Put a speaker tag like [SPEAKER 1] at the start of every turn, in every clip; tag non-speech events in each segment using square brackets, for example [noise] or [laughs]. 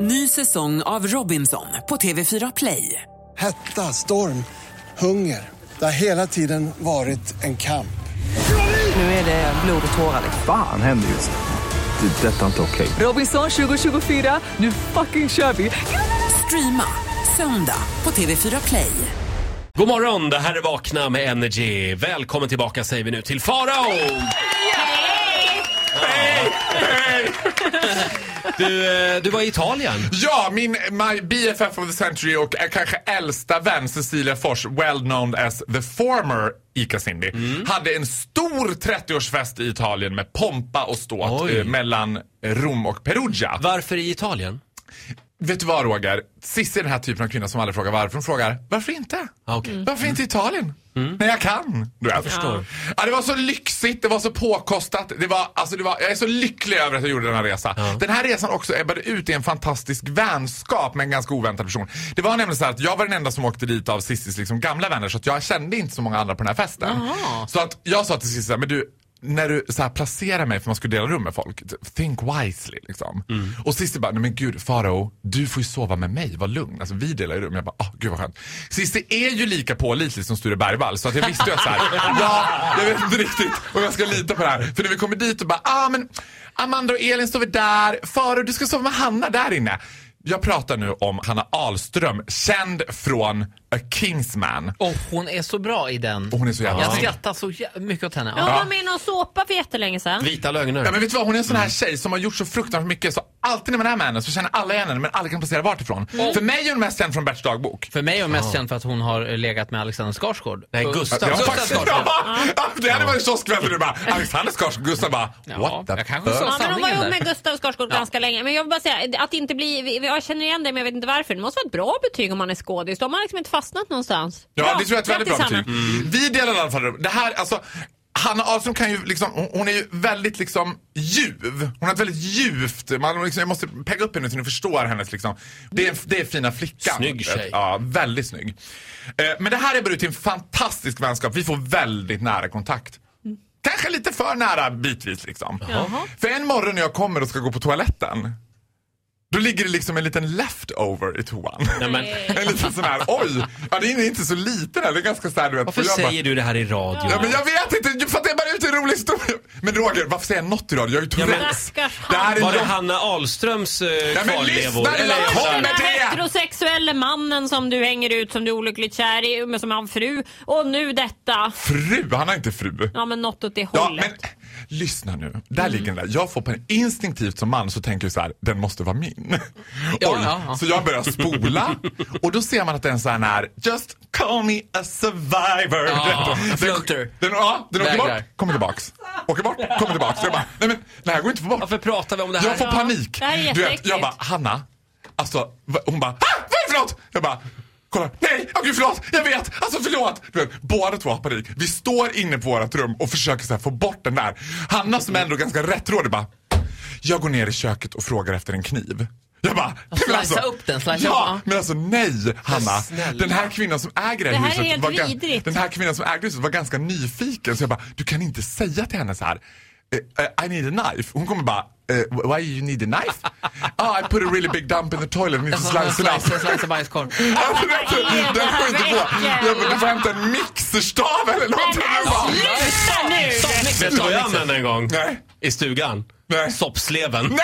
[SPEAKER 1] Ny säsong av Robinson på TV4 Play.
[SPEAKER 2] Hetta, storm, hunger. Det har hela tiden varit en kamp.
[SPEAKER 1] Nu är det blod och tårar.
[SPEAKER 3] Fan händer just nu. Det. är Detta är inte okej.
[SPEAKER 1] Robinson 2024, nu fucking kör vi! Streama söndag på TV4 Play.
[SPEAKER 4] God morgon, det här är Vakna med Energy. Välkommen tillbaka säger vi nu till Farao! Du, eh, du var i Italien.
[SPEAKER 5] Ja, min my BFF of the century och eh, kanske äldsta vän Cecilia Fors, well known as the former Ica Cindy, hade en stor 30-årsfest i Italien med pompa och ståt
[SPEAKER 4] Oj.
[SPEAKER 5] eh, mellan Rom och Perugia.
[SPEAKER 4] Varför i Italien?
[SPEAKER 5] Vet du vad Roger? Cissi är den här typen av kvinna som aldrig frågar varför. Hon frågar varför inte?
[SPEAKER 4] Ah, okej. Mm.
[SPEAKER 5] Varför inte Italien? När jag kan. Du, jag
[SPEAKER 4] förstår.
[SPEAKER 5] Ja, det var så lyxigt, det var så påkostat. Det var, alltså, det var, jag är så lycklig över att jag gjorde den här resan. Den här resan också ebbade ut i en fantastisk vänskap med en ganska oväntad person. Det var nämligen så här att jag var den enda som åkte dit av Cissis liksom, gamla vänner så att jag kände inte så många andra på den här festen. Så att jag sa till Cissi så här, men du, när du så här placerar mig för man skulle dela rum med folk, think wisely liksom. Och Cissi bara, nej men gud Farao, du får ju sova med mig, var lugn. Alltså vi delar ju rum. Jag bara, åh gud vad skönt. Cissi är ju lika pålitlig som Sture Bergvall så att jag visste ju att så här, [laughs] ja, jag vet inte riktigt om jag ska lita på det här. För när vi kommer dit och bara, ah men Amanda och Elin står väl där, Farao du ska sova med Hanna där inne. Jag pratar nu om Hanna Ahlström, känd från A Kingsman.
[SPEAKER 6] Och hon är så bra i den.
[SPEAKER 5] Och hon är så jävla
[SPEAKER 6] Jag
[SPEAKER 5] snygg.
[SPEAKER 6] skrattar så jä- mycket åt henne.
[SPEAKER 7] Hon
[SPEAKER 6] Ja.
[SPEAKER 7] var med i någon såpa för jättelänge sedan.
[SPEAKER 4] Vita lögner.
[SPEAKER 5] Ja, men vet du vad? Hon är en sån här
[SPEAKER 6] Mm.
[SPEAKER 5] tjej som har gjort så fruktansvärt mycket så alltid när man är med henne så känner alla igen henne men alla kan placera vart ifrån.
[SPEAKER 6] Mm.
[SPEAKER 5] För mig är hon mest känd från Berts dagbok.
[SPEAKER 6] För mig är hon mest känd för att hon har eh, legat med Alexander Skarsgård.
[SPEAKER 4] Nej,
[SPEAKER 6] Och-
[SPEAKER 4] Gustav.
[SPEAKER 5] Det var
[SPEAKER 4] Gustav
[SPEAKER 5] faktiskt
[SPEAKER 6] Skarsgård.
[SPEAKER 5] bra! Det hade varit kioskvälten du bara Alexander Skarsgård, Gustav bara
[SPEAKER 6] Ja,
[SPEAKER 5] what the
[SPEAKER 6] jag kanske
[SPEAKER 5] fuck?
[SPEAKER 6] sa
[SPEAKER 7] Ja, men hon var
[SPEAKER 6] sanningen
[SPEAKER 7] ihop
[SPEAKER 6] där.
[SPEAKER 7] med Gustav Skarsgård ganska länge. Men jag vill bara säga att inte bli, vi- jag känner igen det men jag vet inte varför. Det måste vara ett bra betyg om man är skådis. De har liksom inte fastnat någonstans.
[SPEAKER 5] Ja,
[SPEAKER 7] Bra,
[SPEAKER 5] det tror jag är ett väldigt bra
[SPEAKER 7] grattis,
[SPEAKER 5] betyg. Mm. Vi delar i alla fall rum. Det här, alltså, Hanna Ahlström kan ju liksom, hon- hon är ju väldigt liksom ljuv. Hon har ett väldigt ljuvt, man liksom, jag måste pegga upp henne så ni förstår hennes liksom. Det är, det är fina flickan.
[SPEAKER 4] Snygg tjej.
[SPEAKER 5] Ja, väldigt snygg. Eh, Men det här är bara ut till en fantastisk vänskap. Vi får väldigt nära kontakt. Kanske lite för nära bitvis liksom. För en morgon när jag kommer och ska gå på toaletten. Då ligger det liksom en liten leftover i toan.
[SPEAKER 4] Nej, men,
[SPEAKER 5] En liten sån här, oj! Ja, det är inte så liten här. Det är ganska så här, du vet.
[SPEAKER 4] varför
[SPEAKER 5] jag bara-
[SPEAKER 4] säger du det här i radio?
[SPEAKER 5] Ja, men jag vet inte, du fattar jag bara ut en rolig historia. Men Roger, varför säger jag något idag? Jag är ju
[SPEAKER 4] men-
[SPEAKER 5] Tourettes.
[SPEAKER 7] Stackars
[SPEAKER 5] det här är
[SPEAKER 4] Var det
[SPEAKER 5] lång-
[SPEAKER 4] Hanna Ahlströms eh,
[SPEAKER 5] Ja, men
[SPEAKER 4] kvarlevor?
[SPEAKER 5] lyssna,
[SPEAKER 4] Eller-
[SPEAKER 5] jag
[SPEAKER 7] Den
[SPEAKER 5] kommer
[SPEAKER 7] här
[SPEAKER 5] till det!
[SPEAKER 7] heterosexuelle mannen som du hänger ut som du är olyckligt kär i, men som har en fru. Och nu detta.
[SPEAKER 5] Fru, han har inte fru.
[SPEAKER 7] Ja men något åt det
[SPEAKER 5] Ja,
[SPEAKER 7] hållet.
[SPEAKER 5] men lyssna nu. Där ligger den där. Jag får på en instinktivt som man så tänker jag så här, den måste vara min.
[SPEAKER 6] Ja,
[SPEAKER 5] Oj.
[SPEAKER 6] ja, ja.
[SPEAKER 5] Så jag börjar spola och då ser man att den så här när, just call me a survivor.
[SPEAKER 6] Ja,
[SPEAKER 5] Den-
[SPEAKER 6] floater.
[SPEAKER 5] Den, ja, den åker
[SPEAKER 6] Vägrar.
[SPEAKER 5] bort, kommer tillbaks. Åker bort, kommer tillbaks. Jag bara, nej men det här går inte att få bort.
[SPEAKER 4] Varför pratar vi om det här?
[SPEAKER 5] Jag får panik.
[SPEAKER 7] det här är
[SPEAKER 5] du vet,
[SPEAKER 7] jätteäckligt.
[SPEAKER 5] jag bara, Hanna, alltså, va- hon bara, ah, vad är det för något? Jag bara, kolla, nej, oh, gud förlåt, jag vet, alltså förlåt. Du vet, båda två har panik. Vi står inne på vårt rum och försöker så här, få bort den där. Hanna som är ändå ganska rättrådig bara, jag går ner i köket och frågar efter en kniv. Jag bara, nej, men
[SPEAKER 6] slicea upp den, slicea upp,
[SPEAKER 5] Ja,
[SPEAKER 6] ja.
[SPEAKER 5] men alltså nej Hanna. Den här kvinnan som äger det
[SPEAKER 7] Det
[SPEAKER 5] här
[SPEAKER 7] här är
[SPEAKER 5] huset
[SPEAKER 7] helt
[SPEAKER 5] var, gan-
[SPEAKER 7] vidrigt.
[SPEAKER 5] den här kvinnan som ägde huset var ganska nyfiken så jag bara, du kan inte säga till henne så här. "Eh, eh, I need a knife. Hon kommer bara, "Eh, why you need a knife? [laughs] Ah, I put a really big dump in the toilet and need to
[SPEAKER 6] Slice,
[SPEAKER 4] Alltså,
[SPEAKER 5] slice it up.
[SPEAKER 6] Alltså, slice,
[SPEAKER 5] [laughs]
[SPEAKER 6] slice bajskorv.
[SPEAKER 5] Alltså, den- Den får inte gå. Jag bara, Du får hämta en mixerstav eller någonting. Jag
[SPEAKER 7] Men
[SPEAKER 5] bara,
[SPEAKER 7] Sluta nu!
[SPEAKER 4] Vet du vad jag använde en gång?
[SPEAKER 5] Nej.
[SPEAKER 4] I stugan?
[SPEAKER 5] Nej.
[SPEAKER 4] Soppsleven.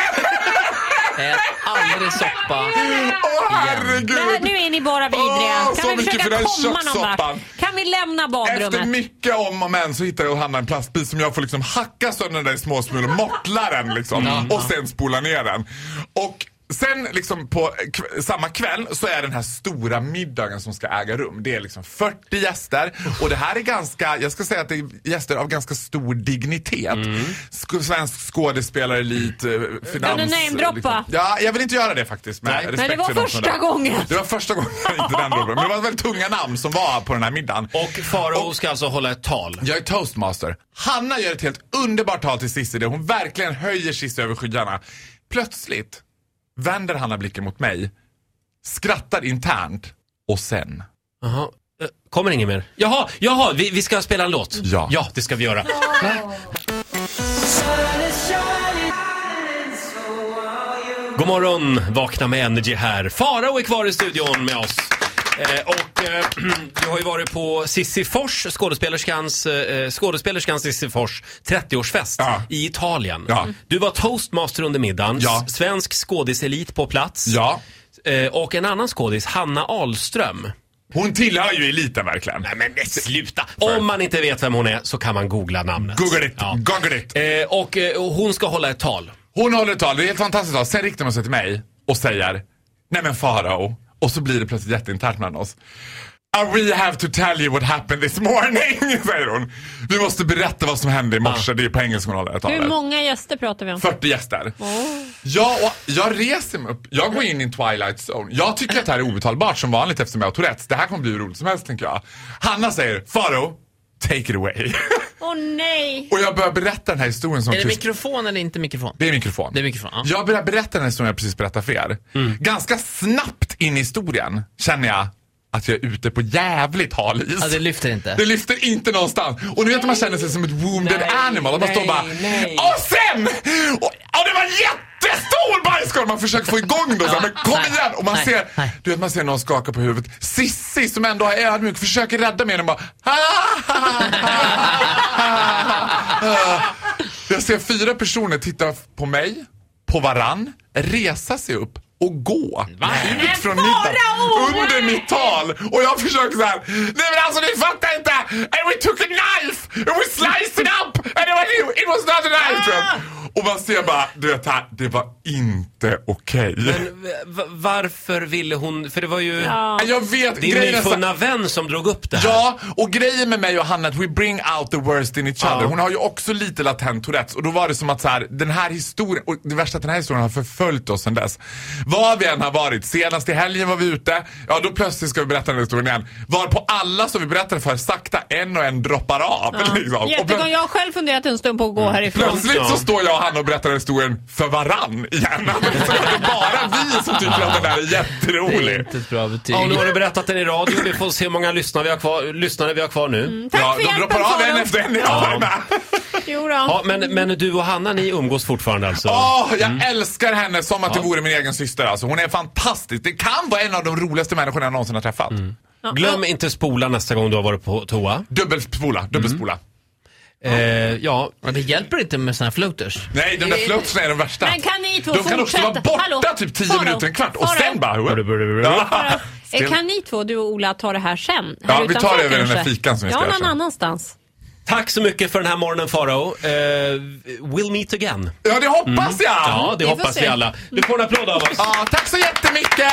[SPEAKER 6] Ät aldrig soppa.
[SPEAKER 5] Åh
[SPEAKER 7] Nej,
[SPEAKER 5] herregud.
[SPEAKER 7] nu är ni bara vidriga.
[SPEAKER 5] Åh, så
[SPEAKER 7] kan vi
[SPEAKER 5] mycket för
[SPEAKER 7] försöka
[SPEAKER 5] den
[SPEAKER 7] komma någon
[SPEAKER 5] kökssoppan.
[SPEAKER 7] vart? Kan vi lämna
[SPEAKER 5] Efter
[SPEAKER 7] badrummet?
[SPEAKER 5] mycket om och men så hittar jag och Hanna en plastbit som jag får liksom hacka sönder den där i små
[SPEAKER 7] [laughs]
[SPEAKER 5] smulor, mottla den liksom
[SPEAKER 7] Mm.
[SPEAKER 5] och sen spola ner den. Och Sen liksom på kv- samma kväll så är den här stora middagen som ska äga rum. Det är liksom 40 gäster och det här är ganska, jag ska säga att det är gäster av ganska stor dignitet. Sk- svensk skådespelarelit, eh, finans...
[SPEAKER 7] Mm.
[SPEAKER 5] liksom.
[SPEAKER 7] du namedroppa?
[SPEAKER 5] Ja, jag vill inte göra det faktiskt. Med
[SPEAKER 4] Nej. Nej, det
[SPEAKER 5] respekt
[SPEAKER 7] var
[SPEAKER 5] för de som
[SPEAKER 7] första
[SPEAKER 5] är där.
[SPEAKER 7] gången.
[SPEAKER 5] Det var första gången jag inte den droppen. Men det var väldigt tunga namn som var på den här middagen.
[SPEAKER 4] Och Farao ska alltså hålla ett tal.
[SPEAKER 5] Jag är toastmaster. Hanna gör ett helt underbart tal till Cissi där hon verkligen höjer Cissi över skyarna. Plötsligt vänder Hanna blicken mot mig, skrattar internt och sen...
[SPEAKER 4] Jaha. Eh, Kommer ingen mer? Jaha, jaha vi, vi ska spela en låt.
[SPEAKER 5] Ja.
[SPEAKER 4] ja, det ska vi göra.
[SPEAKER 8] Sun is shining, so are you.
[SPEAKER 4] God morgon, vakna med Energy här. Farao är kvar i studion med oss. Eh, och eh, [clears throat] du har ju varit på Sissi Fors, skådespelerskans, eh, skådespelerskan Sissi Fors 30-årsfest
[SPEAKER 5] Ja.
[SPEAKER 4] i Italien.
[SPEAKER 5] Ja.
[SPEAKER 4] Du var toastmaster under middagen,
[SPEAKER 5] Ja.
[SPEAKER 4] s- svensk skådiselit på plats.
[SPEAKER 5] Ja.
[SPEAKER 4] Eh, och en annan skådis, Hanna Ahlström.
[SPEAKER 5] Hon tillhör ju eliten verkligen.
[SPEAKER 4] Nej men sluta! Om man inte vet vem hon är så kan man googla namnet.
[SPEAKER 5] Google it,
[SPEAKER 4] Ja.
[SPEAKER 5] google it.
[SPEAKER 4] Eh, och, eh, och hon ska hålla ett tal.
[SPEAKER 5] Hon håller ett tal, det är helt fantastiskt tal. Sen riktar hon sig till mig och säger Nej men farao. Och så blir det plötsligt jätteinternt mellan oss. "Uh, We have to tell you what happened this morning, [laughs] säger hon. Vi måste berätta vad som hände i morse. Det är på engelska hon håller det talet.
[SPEAKER 7] Hur många gäster pratar vi om?
[SPEAKER 5] 40 gäster. Ja, och jag reser mig upp. Jag går in i en twilight zone. Jag tycker att det här är obetalbart som vanligt eftersom jag har Tourettes. Det här kommer bli hur roligt som helst tänker jag. Hanna säger, Faro, take it away. [laughs]
[SPEAKER 7] Åh nej!
[SPEAKER 5] och jag börjar berätta den här historien som
[SPEAKER 6] Är det
[SPEAKER 5] Christ-
[SPEAKER 6] mikrofon eller inte mikrofon?
[SPEAKER 5] det är mikrofon.
[SPEAKER 6] Det är mikrofon, ja. Mm.
[SPEAKER 5] Jag börjar berätta den här historien jag precis berättade för er. Ganska snabbt in i historien känner jag att jag är ute på jävligt hal is.
[SPEAKER 6] Ja, det lyfter inte.
[SPEAKER 5] Det lyfter inte någonstans. Och nu vet man man känner sig som ett wounded
[SPEAKER 6] Nej,
[SPEAKER 5] animal. Och man står
[SPEAKER 6] nej,
[SPEAKER 5] bara...
[SPEAKER 6] nej.
[SPEAKER 5] Och sen! Och, och det var en jättestor bajskorv! Man försöker få igång den. så här, Men kom
[SPEAKER 6] nej,
[SPEAKER 5] igen! Och man
[SPEAKER 6] nej,
[SPEAKER 5] ser,
[SPEAKER 6] nej.
[SPEAKER 5] du vet, man ser någon skaka på huvudet. Sissi som ändå är ödmjuk försöker rädda mig. Och den bara... "Ah, ah, ah, ah, ah." Jag ser fyra personer titta på mig, på varann, resa sig upp och gå ut från middagen under mitt tal. Och jag försöker så här. nej men alltså ni fattar inte! And we took a knife and we sliced it up and it was, it was not a knife! du vet. Och man ser bara, du vet här, det var inte okej.
[SPEAKER 4] Eh, V- varför ville hon, för det var ju
[SPEAKER 5] Jag vet,
[SPEAKER 4] din
[SPEAKER 5] grejen är så-
[SPEAKER 4] nyfunna vän som drog upp det här.
[SPEAKER 5] Ja, och grejen med mig och Hanna är att we bring out the worst in each other. Hon har ju också lite latent Tourettes och då var det som att så här, den här historien, och det värsta är att den här historien har förföljt oss sedan dess. Var vi än har varit, senast i helgen var vi ute, ja då plötsligt ska vi berätta den här historien igen. Var på alla som vi berättade för sakta en och en droppar av. Liksom. Och
[SPEAKER 7] Jättegång,
[SPEAKER 5] plö- Mm.
[SPEAKER 7] jag har själv funderat en stund på att gå härifrån.
[SPEAKER 5] Plötsligt så står jag och Hanna och berättar den här historien för varann igen. [laughs] Så det är bara vi som tycker att den här är
[SPEAKER 6] Det
[SPEAKER 5] jätterolig.
[SPEAKER 6] är inte ett bra betyg.
[SPEAKER 4] Ja, och nu har du berättat den i radio. Vi får se hur många lyssnare vi har kvar, lyssnare vi har kvar nu.
[SPEAKER 7] Mm, Tack
[SPEAKER 5] Ja,
[SPEAKER 7] för
[SPEAKER 5] de
[SPEAKER 7] hjälpen
[SPEAKER 5] droppar av en
[SPEAKER 7] Farao.
[SPEAKER 5] efter en när jag har varit med.
[SPEAKER 7] Jo då.
[SPEAKER 4] Ja, men, men du och Hanna, ni umgås fortfarande alltså?
[SPEAKER 5] Åh, jag älskar henne som att det vore min egen syster. Alltså. Hon är fantastisk. Det kan vara en av de roligaste människorna jag någonsin har träffat.
[SPEAKER 4] Glöm inte spola nästa gång du har varit på toa.
[SPEAKER 5] Dubbelspola, dubbelspola.
[SPEAKER 4] Eh, ja,
[SPEAKER 6] Ja, Det hjälper inte med såna här floaters.
[SPEAKER 5] Nej, de där flörterna är de värsta.
[SPEAKER 7] Eh, Men kan ni två
[SPEAKER 5] de kan också
[SPEAKER 7] fortsätta?
[SPEAKER 5] vara borta
[SPEAKER 7] Hallå?
[SPEAKER 5] typ 10
[SPEAKER 7] Faro?
[SPEAKER 5] minuter, en kvart och
[SPEAKER 7] Faro?
[SPEAKER 5] sen bara... [laughs] Ja.
[SPEAKER 7] Eh, Kan ni två, du och Ola, ta det här sen?
[SPEAKER 5] Ja,
[SPEAKER 7] Här
[SPEAKER 5] vi tar
[SPEAKER 7] utanför
[SPEAKER 5] det över den här
[SPEAKER 7] kanske?
[SPEAKER 5] fikan som vi ska
[SPEAKER 7] Ja,
[SPEAKER 5] göra
[SPEAKER 7] någon
[SPEAKER 5] sen.
[SPEAKER 7] annanstans.
[SPEAKER 4] tack så mycket för den här morgonen Farao. Eh, we'll meet again.
[SPEAKER 5] ja, det hoppas jag!
[SPEAKER 4] Ja, det
[SPEAKER 7] vi får
[SPEAKER 4] hoppas
[SPEAKER 7] se.
[SPEAKER 4] vi alla. Du får en applåd av oss.
[SPEAKER 5] Ja, tack så jättemycket!